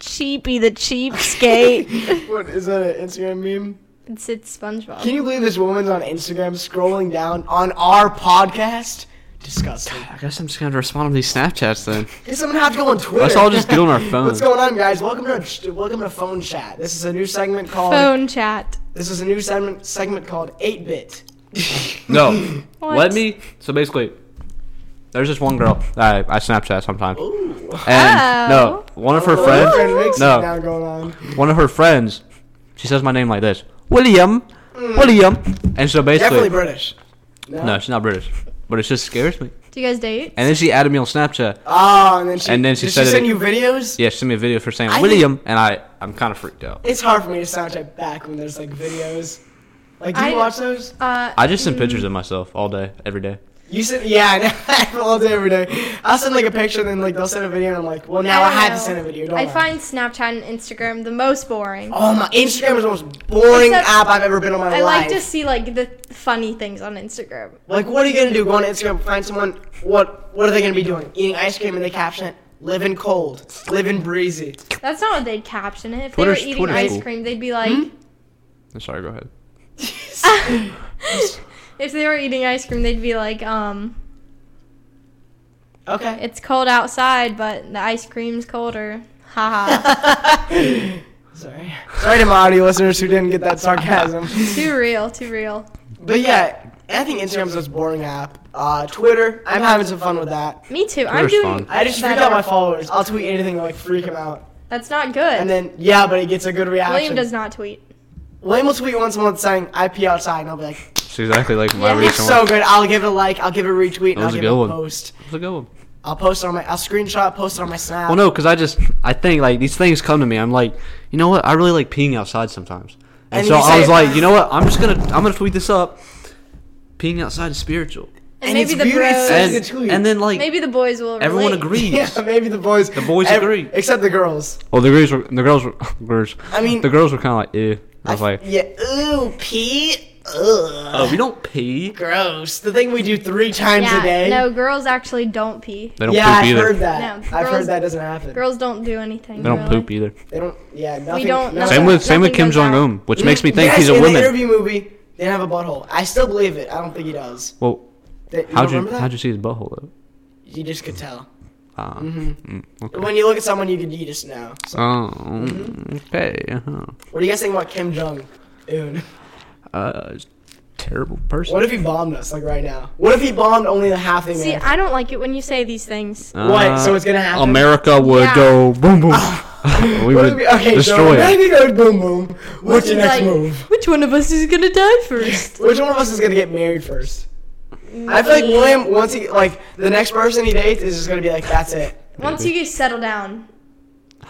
D: Cheapy the Cheapskate.
A: What is that an Instagram meme?
D: it's, it's SpongeBob.
A: Can you believe this woman's on Instagram scrolling down on our podcast? Disgusting.
B: I guess I'm just gonna respond to these Snapchats then.
A: Guess I'm gonna have to go on Twitter.
B: Let's all just get on our
A: What's
B: phones.
A: going on, guys? Welcome to welcome to Phone Chat. This is a new segment called
D: Phone chat.
A: This is a new segment segment called Eight Bit.
B: No,
D: What?
B: let me. So basically, there's this one girl that I, I Snapchat sometimes,
A: Ooh.
B: and
D: Oh.
B: no, one of her friends,
A: No.
B: No.
A: Now going on.
B: one of her friends, she says my name like this, William, William, and so
A: Definitely
B: basically,
A: British.
B: no, she's not British, but it just scares me.
D: Do you guys date?
B: And then she added me on Snapchat.
A: Oh, and then she.
B: And then she
A: did
B: said
A: she
B: it-
A: send you videos?
B: Yeah, she sent me a video for saying
A: I think-
B: William, and I, I'm kind of freaked out.
A: It's hard for me to soundtrack back when there's like videos. Like, do you
D: I-
A: watch those?
D: uh,
B: I just send pictures of myself all day, every day.
A: You send, yeah, I know. all day, every day. I'll send like a picture, and then like they'll send a video, and I'm like, well, now I,
D: don't
A: had to
D: know.
A: send a video. Don't
D: I
A: I?
D: find Snapchat and Instagram the most boring.
A: Oh my, Instagram is the most boring
D: Except-
A: app I've ever been on my
D: I
A: life.
D: like to see like the funny things on Instagram.
A: Like, what are you gonna do? Go on Instagram, find someone. What What are they gonna be doing? Eating ice cream, and they caption it. Living cold, living breezy.
D: That's not what they'd caption it. If
B: Twitter's-
D: they were eating
B: Twitter's
D: ice
B: cool.
D: cream, they'd be like,
B: I'm sorry, go ahead.
A: Hmm?
D: if they were eating ice cream, they'd be like, um,
A: Okay.
D: it's cold outside, but the ice cream's colder. Haha.
A: Sorry. Sorry to my audio listeners who didn't get that sarcasm.
D: too real, too real.
A: but yeah, I think Instagram's the most boring app. Uh, Twitter, I'm having some fun with that.
D: Me too. I'm
B: Twitter's
D: doing.
B: fun.
A: I just freak
D: better.
A: out my followers. I'll tweet anything to like freak them out.
D: That's not good.
A: And then yeah, but it gets a good reaction.
D: William does not tweet.
A: William will tweet once a month saying "IP outside," and I'll be like,
B: It's exactly like my
D: Yeah.
B: recent
A: "It's so good." I'll give it a like. I'll give it a retweet. And
B: That
A: I'll
B: was a
A: give it a
B: good one.
A: post.
B: It's a good one.
A: I'll post it on my. I'll screenshot, post it on my Snap.
B: Well, Oh, no, because I just I think like these things come to me. I'm like, you know what? I really like peeing outside sometimes, and,
A: And
B: so
A: you
B: I
A: say-
B: was like, you know what? I'm just gonna I'm gonna tweet this up. Peeing outside is spiritual,
D: And,
A: And
D: maybe
A: it's
D: the
A: beauty-
D: bros,
A: That's
B: and,
A: a good tweet.
B: and then like
D: maybe the boys will.
B: everyone
D: relate.
B: agrees.
A: Yeah, maybe the boys. The
B: boys agree.
A: except the girls.
B: Well, the girls were the girls were girls.
A: I mean-
B: the girls were kind of like, eh. I was
A: I-
B: like,
A: yeah, ooh, pee, ugh,
B: oh, we don't pee.
A: gross. The thing we do three times
D: Yeah,
A: a day.
D: no, girls actually don't pee.
B: They don't
A: yeah, I've
B: poop either.
A: heard that.
D: No,
A: I've heard
D: girls-
A: that doesn't happen.
D: Girls don't do anything.
B: They don't
D: really.
B: poop either.
A: They don't. Yeah, nothing.
D: don't-
A: no-
D: nothing-
B: Same with same with Kim
D: goes out.
B: Jong Un, which makes me think
A: Mm-hmm. Yes,
B: he's a
A: in
B: woman.
A: the interview movie, they didn't have a butthole. I still believe it. I don't think he does.
B: well,
A: They- you
B: how'd
A: don't
B: you
A: remember that?
B: how'd you see his butthole though?
A: You just could tell.
B: Uh, mm, okay.
A: Mm-hmm. When you look at someone, you could you just know. So,
B: Oh, okay. Uh-huh.
A: what do you guys think about Kim Jong Un?
B: Uh, he's a terrible person.
A: What if he bombed us like right now? What if he bombed only the half of
D: See,
A: America?
D: I don't like it when you say these things.
A: what? So it's gonna happen.
B: Uh,
A: Oh.
B: America would
D: Yeah.
B: go boom boom. we
A: What
B: would
A: if we- okay, so
B: destroy it.
A: maybe goes boom boom. What's your
D: She's
A: next
D: like,
A: move?
D: Which one of us is gonna die first?
A: Which one of us is gonna get married first? I feel like William once he like the next person he dates is just gonna be like that's it.
D: Once you get settle down.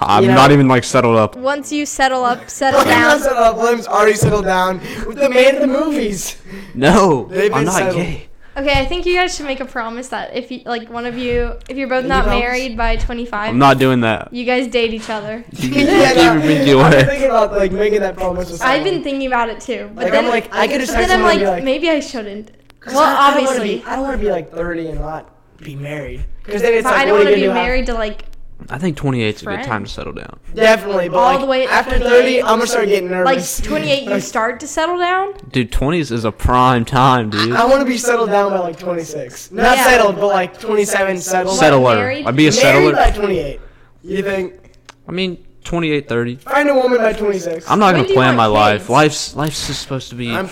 B: I'm
A: you know-
B: not even like settled up.
D: Once you settle up, settle
A: William
D: down.
A: settled up. William's already settled down with the man of the movies.
B: No,
A: They've been
B: I'm not
A: settled.
B: gay.
D: Okay, I think you guys should make a promise that if you, like one of you, if you're both
A: You
D: not
A: promise?
D: married by 25,
B: I'm not doing that.
D: you guys date each other.
A: Yeah,
B: Keep
A: no,
B: it with you.
A: I've been thinking about like making that promise. with
D: I've
A: someone.
D: been thinking about it too, but
A: Like,
D: then
A: I'm like, I could just
D: but
A: text
D: then I'm
A: someone and
D: like,
A: be like-
D: maybe I shouldn't.
A: I don't
D: Well,
A: wanna
D: obviously,
A: be- I don't want to be like 30 and not be married. Because then it's
D: but
A: like,
D: I don't
A: what are
D: want to
A: you
D: be
A: gonna do
D: married to like.
B: I think 28 is a good
D: Friend.
B: time to settle down.
A: after- Definitely, but
D: all
A: like,
D: the way up to
A: after
D: 28,
A: 30, I'm gonna start getting
D: Like
A: nervous.
D: 28, you
A: Like,
D: start to settle down.
B: Dude, 20s is a prime time, dude.
A: I want to be settled down by like 26. Not
D: Yeah.
A: settled, but like 27 settled.
D: Settled.
B: Settler.
D: married?
B: I'd be a
A: Married
B: settler.
A: by 28. You think?
B: I mean, 28, 30.
A: Find a woman by 26.
B: I'm not
D: When
B: gonna
D: do you
B: plan
D: want
B: my life.
D: kids?
B: Life's life's just supposed to be.
A: I'm-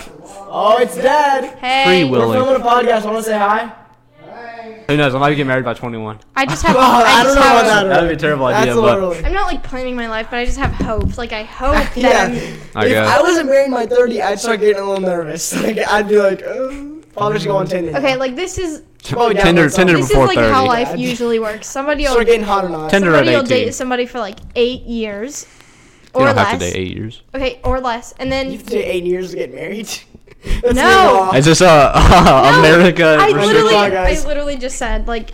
A: oh, it's dad.
D: Hey,
B: will.
A: We're filming
B: Willing.
A: a podcast. Want to say hi?
B: who knows? I might get married by 21.
D: I just have.
A: Oh,
D: I,
A: I don't
D: just
A: know
D: have,
A: about that.
B: That'd be a terrible
A: That's
B: idea,
A: a
B: but
A: little early.
D: I'm not like planning my life, but I just have hope. Like I hope that I'm
A: yeah.
B: I
A: if
B: guess.
A: I wasn't married by 30, I'd start getting a little nervous. Like I'd be like, oh, probably should go on Tinder.
D: Okay, like this is
A: Oh, yeah,
B: Tinder,
A: that's
B: Tinder
A: all.
D: this is
B: before
D: like
B: 30.
D: how life
A: Dad.
D: usually works. Somebody will
A: Start getting hot or not.
B: Tinder
D: somebody
B: at
D: will
B: 18.
D: date somebody for like eight years
B: you
D: or
B: don't
D: less.
B: have to date eight years.
D: Okay, or less, and then
A: You have to take eight years to get married. That's
D: No.
A: law.
B: Is this uh,
D: No,
B: America?
D: I
B: versus-
D: literally,
A: Sorry, guys.
D: I literally just said like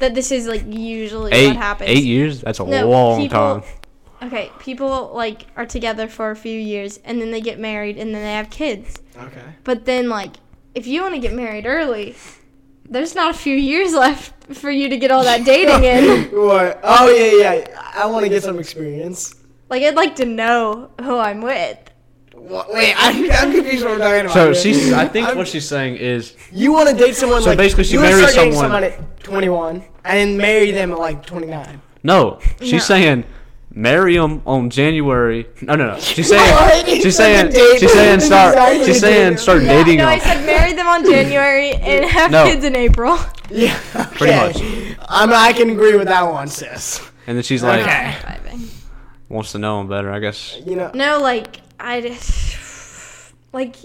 D: that. This is like usually
B: eight,
D: what happens.
B: eight years? That's a
D: No,
B: long
D: people-
B: time.
D: Okay, people like are together for a few years, and then they get married, and then they have kids.
A: Okay.
D: But then like, if you want to get married early, there's not a few years left for you to get all that dating in.
A: What? Oh yeah, yeah. I want to get some experience.
D: Like, I'd like to know who I'm with.
A: What? Wait, I'm, I'm confused what I'm talking about.
B: So
A: here.
B: she's. I think
A: I'm-
B: what she's saying is
A: You want to date someone
B: So
A: like
B: basically she
A: you wanna
B: marries
A: start dating
B: someone-
A: someone at 21 and marry them at like 29.
B: no. She's
D: No.
B: saying marry him on January. No, no, no. She's
A: What?
B: saying.
A: It's
B: she's saying.
A: like a date.
B: She's saying
A: It's
B: start.
A: exactly
B: She's
A: a
B: saying
A: date.
B: start
A: Yeah,
B: dating
D: No, I
B: him.
D: said marry them on January and have
B: No.
D: kids in April.
A: Yeah. Okay.
B: Pretty
A: I'm, I can agree with that one, sis.
B: And then she's like
A: Okay.
B: wants to know him better. I guess.
A: You know.
D: No, like I just like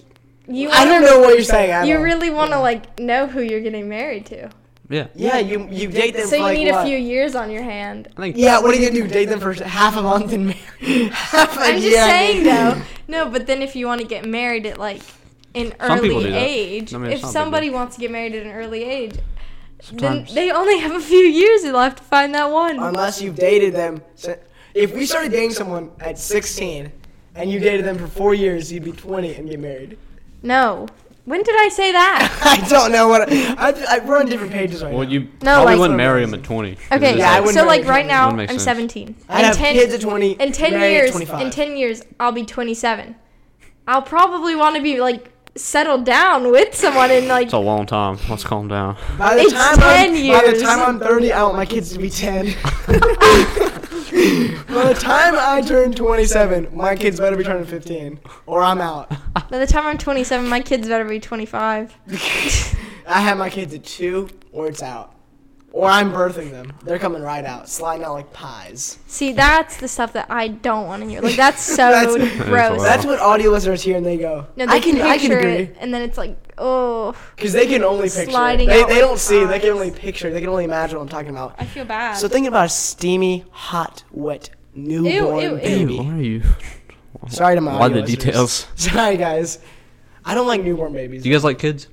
D: you.
A: I don't
D: wanna-
A: know what you're saying. at
D: You
A: all.
D: really want to like know who you're getting married to.
B: Yeah.
A: Yeah, you you date them.
D: So
A: for,
D: you
A: like,
D: need
A: what?
D: a few years on your hand.
B: I think.
A: Yeah, what are you gonna do? Date them for half a month and marry? half a
D: I'm just
A: year.
D: saying though. No, but then if you want to get married at like an
B: Some people
D: early
B: do that.
D: age,
B: I mean,
D: if
B: some people.
D: somebody wants to get married at an early age,
B: Sometimes.
D: then they only have a few years left to find that one.
A: unless you've dated them. si- If we started dating someone at 16 and you dated them for four years, you'd be 20 and get married.
D: no. When did I say that?
A: I don't know what I, I, I we're on different pages right
B: Well,
A: now.
B: you
D: No,
B: probably
D: like-
B: wouldn't marry him at 20. 'cause
D: Okay,
B: it's
A: Yeah, I
B: like-
A: wouldn't
D: so
A: marry
D: like
A: at
D: right
A: 20.
D: now
B: That
D: I'm
B: makes sense.
D: 17.
A: I
D: In
A: have
D: 10
A: kids at 20.
D: in 10
A: marry at
D: years
A: 25.
D: in 10 years i'll be 27 i'll probably want to be like settled down with someone and like
B: It's a long time. Let's calm down.
A: by the
D: it's
A: time
D: 10
A: I'm, By the
D: years.
A: time I'm 30, I want my kids to be 10. by the time I turn 27, my kids better be turning 15, or I'm out.
D: by the time i'm 27 my kids better be 25
A: I have my kids at two, or it's out. Or I'm birthing them. They're coming right out, sliding out like pies.
D: See, that's the stuff that I don't want in your like. That's so
A: That's- That
B: is
D: gross.
B: Wow.
A: That's what audio listeners hear and they go,
D: no, they
A: I can,
D: picture
A: I can
D: it,
A: agree.
D: and then it's like, oh,
A: Because they can only picture.
D: Sliding
A: it. They,
D: out
A: they
D: like
A: don't see, they can
D: pies.
A: only picture, they can only imagine what I'm talking about.
D: I feel bad.
A: So think about a steamy, hot, wet, newborn
D: ew, ew.
A: baby.
B: Ew, why are you?
A: Sorry to my
B: Why
A: audio
B: the
A: listeners.
B: details?
A: Sorry, guys. I don't like newborn babies.
B: Do you guys like kids?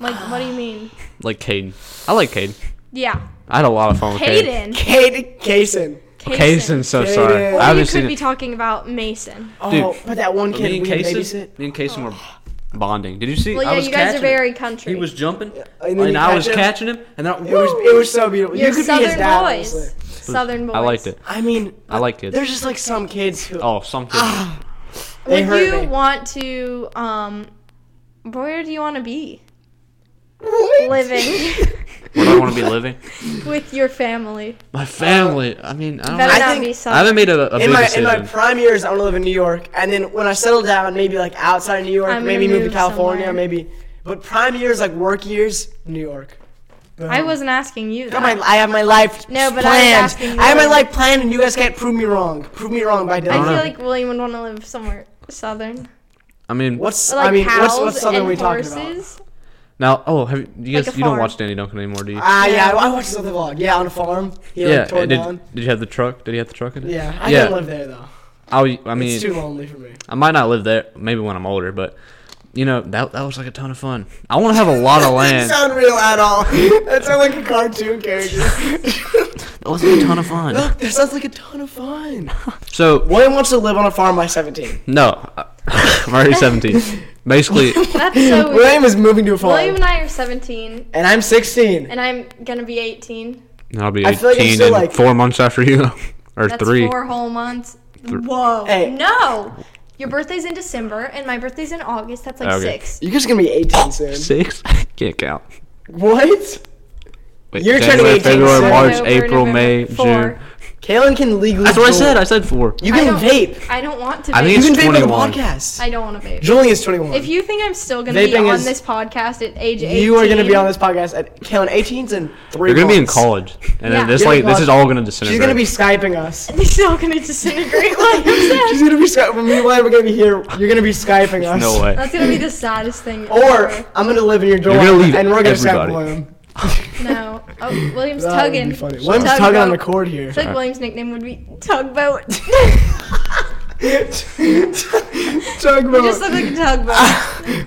D: like, what do you mean?
B: Like Caden. I like Caden.
D: Yeah,
B: I had a lot of fun with Caden.
D: Caden.
A: Kate Kaysen.
B: Caden's so
A: Caden.
B: sorry.
A: Or
D: Or
B: I
D: you
B: haven't
D: could
B: seen
D: be
B: it.
D: talking about Mason.
A: Oh,
B: Dude.
A: but that one kid
B: Me and
A: we babysit.
B: Caden. Me and Caden were bonding. Did you see?
D: Well,
B: I
D: yeah,
B: was
D: you guys are
B: catching
D: very
B: him.
D: country.
B: He was jumping,
A: and
B: and,
A: then you
B: I
A: catch
B: was
A: him.
B: catching him, and then
A: It was, it was so beautiful.
D: You're
A: you could be
D: Southern
A: his dad.
D: boys.
A: honestly.
D: Southern boys.
B: I liked it.
A: I mean, uh,
B: I like kids.
A: There's Ah. just like some kids who.
B: Oh, some kids.
A: They
D: Would
A: hurt
D: you
A: me.
D: want to? Um, where do you want to be
A: What?
D: living
B: Where do I want to be living?
D: with your family?
B: My family. I mean, I don't.
D: Better
A: I
D: not
A: think-
D: be
B: I haven't
D: Southern.
B: made a, a big
A: In my, in
B: decision.
A: my prime years, I want to live in New York, and then when I settle down, maybe like outside of New York,
D: I'm gonna
A: maybe move,
D: move
A: to California,
D: somewhere.
A: maybe. But prime years, like work years, New York.
D: I wasn't asking you.
A: I
D: That.
A: have my, I have my life
D: No, but I was
A: planned.
D: asking you.
A: I have my life planned, and you guys can't prove me wrong. Prove me wrong by
D: I
A: Dylan.
B: don't
D: feel
B: know.
D: like William would want to live somewhere southern.
B: I mean,
A: What's
D: Or, Like
A: I mean,
D: cows
A: what's what's something
D: and
A: we talking about?
D: horses.
B: now, oh, have you, you
D: Like
B: guys?
D: a
B: you don't
D: farm.
B: watch Danny Duncan anymore, do you?
A: Ah, yeah,
D: Yeah.
A: I watched this other vlog. Yeah, on a farm. He, like,
B: yeah.
A: tore
B: and Did,
A: down.
B: did you have the truck? Did he have the truck in it?
A: Yeah, I
B: Yeah.
A: can't live there though.
B: I, w- I mean,
A: It's too lonely for me.
B: I might not live there. Maybe when I'm older, but you know that that was like a ton of fun. I want to have a lot of
A: Doesn't
B: land.
A: sound real at all. That sounds like a cartoon character.
B: That was like a ton of fun.
A: Look, that sounds like a ton of fun.
B: So
A: William wants to live on a farm by 17.
B: no, I'm already 17. Basically,
D: That's so weird.
A: William is moving to a farm,
D: William and I are 17,
A: and I'm 16.
D: and I'm gonna be 18.
B: I'll be
A: I feel like I'm
B: 18
A: still,
B: in
A: like-
B: four months after you, or
D: That's
B: three.
D: four whole months. Whoa.
A: Hey.
D: No. Your birthday's in December, and my birthday's in August. That's like
B: Okay.
D: six.
A: You guys are gonna be 18 soon.
B: Six? Can't count.
A: What?
B: Wait,
A: You're turning
B: January,
A: 18
B: February,
A: soon.
B: March,
D: October,
B: April,
D: November,
B: May,
D: four.
B: June.
A: Kalen can legally.
B: That's what I
A: duel.
B: said. I said four.
A: You
D: I
A: can
D: don't-
A: vape.
D: I don't want to vape.
B: I
A: You
B: think It's
A: can vape on
B: 21.
A: the podcast.
D: I don't want to vape.
A: Julian is 21.
D: If you think I'm still gonna be
A: Vaping
D: on
A: is-
D: this podcast at age 18,
A: You are going to be on this podcast at Kalen 18's in three.
B: You're gonna be in
A: months.
B: college, and
D: Yeah.
B: then this
A: You're in
B: like this
A: college.
B: is all gonna disintegrate.
A: She's going to be skyping us.
D: This is all gonna disintegrate like this.
A: She's going to be skyping. Me and William are going to be here. You're going to be skyping us.
B: no way.
D: That's gonna be the saddest thing.
A: Or
D: ever.
A: I'm going to live in your dorm
B: You're gonna leave
A: and we're going to skype
B: everybody.
A: William.
D: no. Oh, William's
A: That would
D: tugging.
A: be funny. William's
D: Tugboat.
A: tugging on the cord here.
D: I feel like William's nickname would be tugboat. you just
A: Tugboat.
D: look like a tugboat.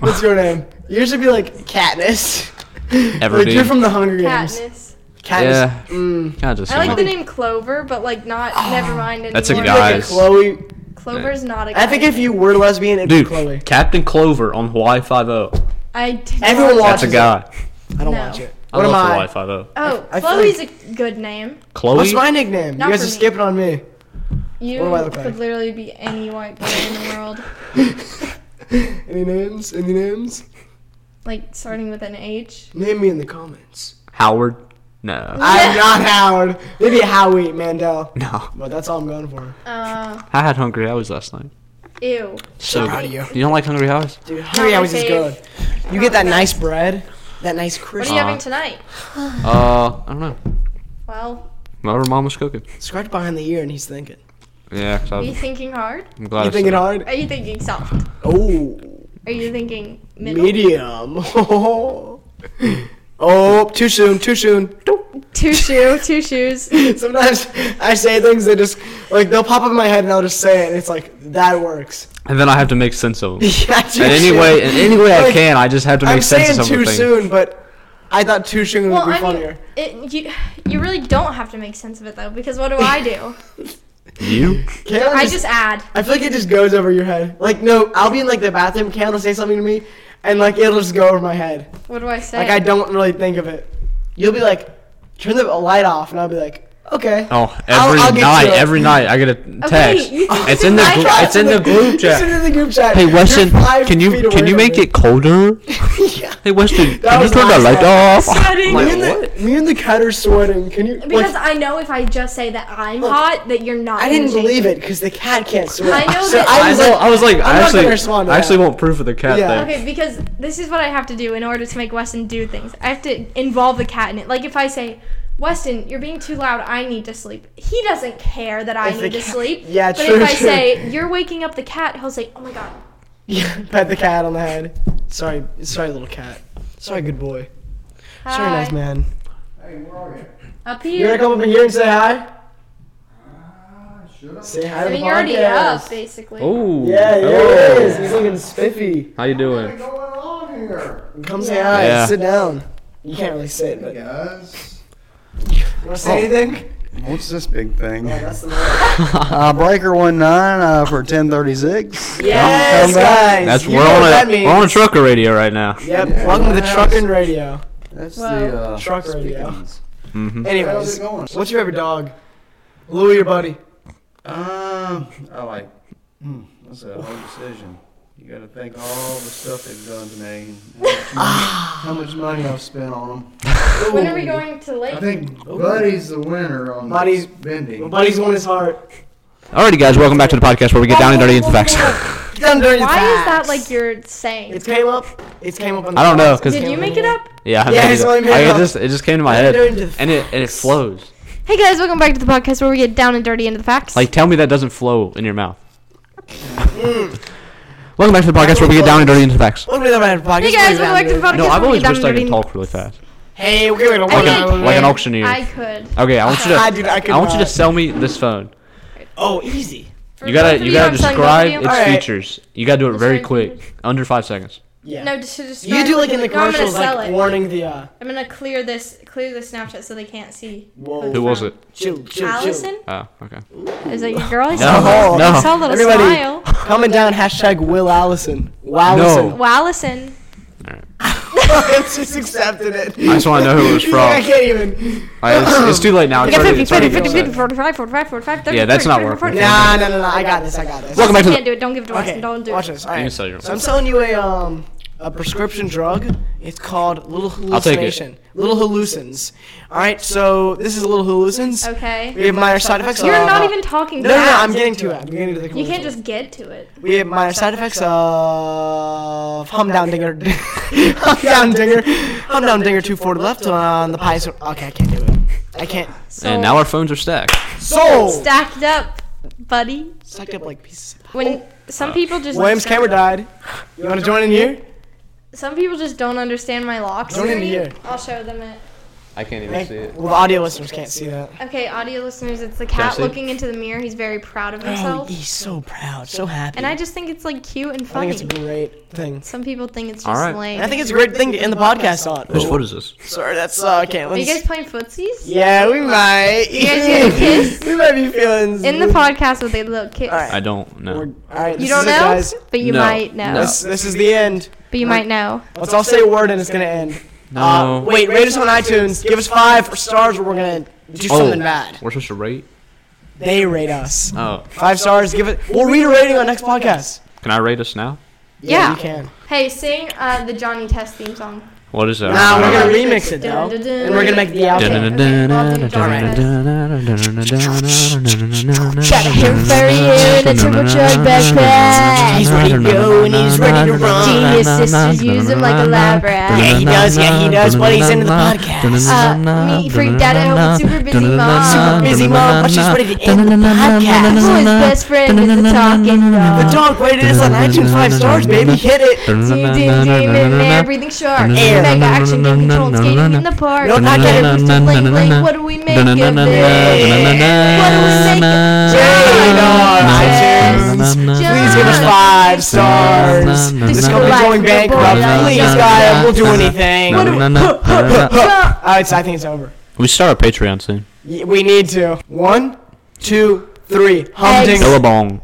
A: What's your name? You should be like Katniss. Like
B: Everdeen.
A: you're from the Hunger Games.
D: Katniss.
A: Katniss.
B: yeah.
A: Mm.
B: God, just
D: I like the
B: saying.
D: name Clover, but like not.
A: Ah.
D: never mind. Anymore.
B: That's a guy.
A: Like a
B: Guys.
A: Chloe.
D: Clover's not a guy.
A: I think if you were lesbian, it'd
B: Dude,
A: be Chloe.
B: Captain Clover on Hawaii Five O.
D: I did not-
A: Everyone
B: That's
A: watches
B: a guy.
A: it. I don't
D: No.
A: watch it.
B: I
A: What am
B: love
A: I?
B: Hawaii Five O.
D: Oh,
A: I feel
D: Chloe's a good name.
B: Chloe.
A: What's my nickname?
D: Not
A: you guys
D: for
A: are
D: me.
A: skipping on me.
D: You
A: What do I look
D: could
A: like?
D: literally be any white girl in the world,
A: Any names? Any names?
D: like starting with an H.
A: Name me in the comments.
B: Howard? No.
A: I'm not Howard. Maybe Howie Mandel.
B: No.
A: But that's all I'm going for.
D: Uh,
B: I had Hungry Hours last night.
D: ew.
B: So
A: proud of you.
B: You don't like Hungry Hours?
A: Dude, Hungry
D: Not my
A: Hours is
D: fave.
A: good. You get that nice bread, that nice
D: What
A: crisp.
D: are you
B: Uh,
D: having tonight?
B: Uh, I don't know.
D: Well,
B: Whatever mom was cooking.
A: Scratch behind the ear and he's thinking.
B: Yeah, 'cause I
D: are
B: was,
D: you thinking hard?
B: I'm
A: You
B: glad. I said
A: thinking
B: it.
A: hard?
D: Are you thinking soft?
A: Oh,
D: Are you thinking middle?
A: medium. oh, too soon, too soon.
D: Two shoe, two shoes.
A: Sometimes I say things that just, like, they'll pop up in my head and I'll just say it and it's like, that works.
B: And then I have to make sense of them.
A: yeah, too
B: in any
A: soon.
B: way, in any way I
A: Like,
B: can, I just have to make
A: I'm
B: sense
A: saying
B: of something.
A: too soon, but I thought too soon
D: Well,
A: would be
D: I mean,
A: funnier.
D: it, you you really don't have to make sense of it though, because what do I do?
B: You?
A: Kayla
D: I
A: just-
D: just add.
A: I feel like it just goes over your head. Like, no, I'll be in like the bathroom, Cam will say something to me, and like it'll just go over my head.
D: What do I say?
A: Like I don't really think of it. You'll be like, turn the light off, and I'll be like, Okay.
B: Oh,
A: I'll-
B: every
A: I'll get
B: night,
A: to it.
B: every night I get a text.
D: you think
B: it's in the
D: I
B: group.
D: tried
B: It's in the group
A: It's
B: chat.
A: in the group chat.
B: Hey
A: You're
B: Weston,
A: five
B: can
A: feet
B: you
A: away
B: can you
A: from
B: make
A: me.
B: it colder?
A: yeah.
B: Hey Weston,
A: That
B: can you
A: was
B: turn the
A: last
B: light
A: time.
B: off?
D: Sweating.
B: Like,
A: me, and
B: what?
A: the, me and the cat are sweating. Can you?
D: Because
A: like,
D: I know if I just say that I'm hot, that you're not.
A: I
D: gonna
A: didn't
D: change
A: believe it because the cat can't sweat.
D: I know
A: so
D: that-
A: I
B: I
A: was
B: know.
A: like,
B: I was like,
A: I'm
B: I
A: not
B: actually,
A: gonna respond to
B: I actually
A: that.
B: want proof of the cat
A: Yeah.
B: thing.
D: Okay, because this is what I have to do in order to make Weston do things. I have to involve the cat in it. Like if I say, Weston, you're being too loud. I need to sleep. He doesn't care that I
A: If the
D: need to
A: cat-
D: sleep.
A: Yeah,
D: But
A: true,
D: if I
A: true.
D: say you're waking up the cat, he'll say, Oh my god.
A: Yeah, pet the cat on the head. Sorry, sorry, little cat. Sorry, good boy.
D: Hi.
A: Sorry, nice man.
D: Up
A: You
D: here.
A: wanna come up in here and say hi? Say hi
D: I
A: to the
D: mean, you're already
A: podcast.
D: up, basically.
B: Oh.
A: Yeah, yeah,
B: Oh.
A: he is. He's looking spiffy.
B: How you doing?
E: going on here?
A: Come say hi.
B: Yeah.
A: Sit down. You can't really sit, but you
E: Guys,
A: wanna
B: Oh.
A: say anything?
E: what's this big thing?
A: That's the noise.
E: Uh, breaker one nine uh, for ten thirty six.
A: Yes, guys.
B: That's
A: you
B: we're
A: know
B: on
A: what
B: a
A: that means.
B: we're on a trucker radio right now.
A: Yep. Welcome to the trucking radio.
E: That's
D: Well,
E: the uh,
A: truck radio.
E: speakies.
B: Mm-hmm.
E: How's
A: Anyways,
E: it going?
A: what's your favorite dog? Louie, your buddy.
E: Um, I like. Hmm, that's a hard decision. You got to think all the stuff they've done to me, and how much money I've spent on them.
D: When are we going to the lake?
E: I think Buddy's the winner on
A: Buddy's-
E: Buddy's
A: My
E: spending.
A: buddy's won his heart.
B: Alrighty, guys, welcome back to the podcast where we get down and dirty into the facts.
A: Done during the
D: Why is that
A: facts.
D: like your saying?
A: It's came up. It's came up on.
B: I don't know,
A: podcast.
B: cause
D: Did you make it up?
B: yeah, I
A: Yeah,
B: made
A: he's
B: it up.
A: only made
B: I-
A: it up.
B: it just it just came to my head,
A: Down into the
B: and it and it flows.
F: Hey guys, welcome back to the podcast where we get down and dirty into the facts.
B: Like, tell me that doesn't flow in your mouth. welcome back to the podcast where we get down and dirty into the facts.
A: Welcome to the Random Podcast.
F: hey guys, welcome back to the podcast.
B: No,
F: where
B: I've
F: we
B: always
F: get down
B: wished
F: and
B: I
F: dirty.
B: could talk really fast,
A: Hey, we're giving it a
D: I
B: like,
D: think
B: a,
D: I
B: like an
D: could.
B: auctioneer.
D: I could.
B: okay, I want you to
A: I, dude, I could
B: I want you to
A: not.
B: sell me this phone.
A: Oh, easy.
D: For
B: You gotta
D: both of
B: you gotta
D: I'm selling both of
B: describe
D: you.
B: its
A: Alright.
B: features. You gotta do it very
D: Describe
B: quick, under five seconds.
A: Yeah.
D: No, just to describe.
A: you do like
D: what
A: in the
D: you- no, I'm gonna
A: commercials,
D: sell
A: like
D: it.
A: warning the. uh,
D: I'm gonna clear this, clear the Snapchat so they can't see.
A: Whoa.
B: Who was it?
A: Chill, chill, chill.
D: Allison?
B: Oh, okay.
F: Is that your girl? I
B: No,
F: saw
B: no.
F: I saw a little
A: Everybody.
F: smile.
A: Comment down hashtag Will Allison. Wallison.
D: Wow, listen.
A: it's just accepted it.
B: I just want to know who it was
A: He's
B: from.
A: like, I can't even.
B: Alright, it's, it's too late now.
F: We
B: It's
F: got
B: already,
F: 50,
B: it's
F: 50,
B: already
F: 50, 50,
B: been said.
F: 45, 45, 45, 30,
B: Yeah, that's
F: 40,
B: not
F: 40,
B: working.
F: 40.
A: Nah, no, no, no. I got this. I got this.
B: Welcome back to
D: You
B: the.
D: can't do it. Don't give it to Weston.
A: Okay,
D: Don't do
A: watch
D: it.
A: this.
B: You
A: Alright.
B: can sell your
A: So I'm selling you a um a prescription drug. It's called Little
B: I'll take it.
A: Hallucination. Little Hallucins. All right. So this is Little Hallucins.
D: Okay.
A: We have minor side effects.
D: You're
A: of,
D: not even talking.
A: No, no, no,
D: fast.
A: I'm getting to it. I'm getting to the.
D: You can't
A: commercial.
D: just get to it.
A: We have minor side effects of hum down dinger, hum down dinger, hum down dinger two forward left on the pie. So okay, I can't do it. I can't.
B: And now our phones are stacked.
A: Sold.
D: Stacked up, buddy.
A: Sucked up like pieces. of pie.
D: When some people just
A: Oh. Williams camera died. You want to join in here?
D: some people just don't understand my lock.
A: Don't even hear.
D: I'll show them it.
B: I can't even
A: Hey, well, the audio listeners can't see that.
D: Okay, audio listeners, it's the
B: I
D: cat
B: see?
D: looking into the mirror. He's very proud of
A: Oh,
D: himself,
A: he's so proud, so happy.
D: and I just think it's like cute and
A: I
D: funny.
A: think it's a great thing.
D: Some people think it's
B: All
D: just
B: right.
D: lame.
A: And I think it's a great thing to end the podcast on.
B: Whose foot is this?
A: Sorry, that's uh,
D: Are you
A: Caitlin's.
D: guys playing footsies?
A: yeah, we might.
D: guys gonna kiss?
A: we might be feeling.
D: In the podcast with a little kiss.
A: All right.
B: I don't know.
A: We're- All right,
D: You
A: this
D: don't
A: is
D: know,
A: it, guys.
D: but you
B: No.
D: might know.
B: No.
A: This, this is the end.
D: But you might know.
A: Let's all say a word and it's gonna end.
B: No.
A: Uh, wait, rate us on iTunes. Give us five stars or we're gonna do
B: Oh.
A: something bad.
B: We're supposed to rate.
A: They rate us.
B: Oh,
A: Five stars. Give it. We'll read a rating on next podcast.
B: can I rate us now?
A: Yeah,
D: Yeah.
A: you can.
D: Hey, sing uh, the Johnny Test theme song.
B: What is that?
A: Nah, we're gonna remix it though, and we're gonna make the outro. He's ready to go and he's ready to run.
D: Genius sisters use him like a lab rat.
A: Yeah, he does. Yeah, he does. But he's into the podcast.
D: Uh, me freaked out at home with super busy mom.
A: Super busy mom, but she's ready to end the
D: Who
A: podcast.
D: is best friend is the talking
A: The
D: dog.
A: dog rated us on iTunes five stars, baby. Hit it.
D: Ding, ding, ding, in there, breathing sharp.
A: Air.
D: Air. Mega action, game control, skating in the park.
A: No, not
D: Better
A: yet.
D: Mr. Bling Bling, what do we make of this? What do we make of
A: Rated on iTunes. Please give us five stars. This company's going bankrupt. Please, guys, we'll do anything. Alright, so I think Oh, it's over.
B: We start a Patreon soon.
A: Y- We need to. One, two, three.
D: Eggs.
A: Humdinger.
B: Billabong.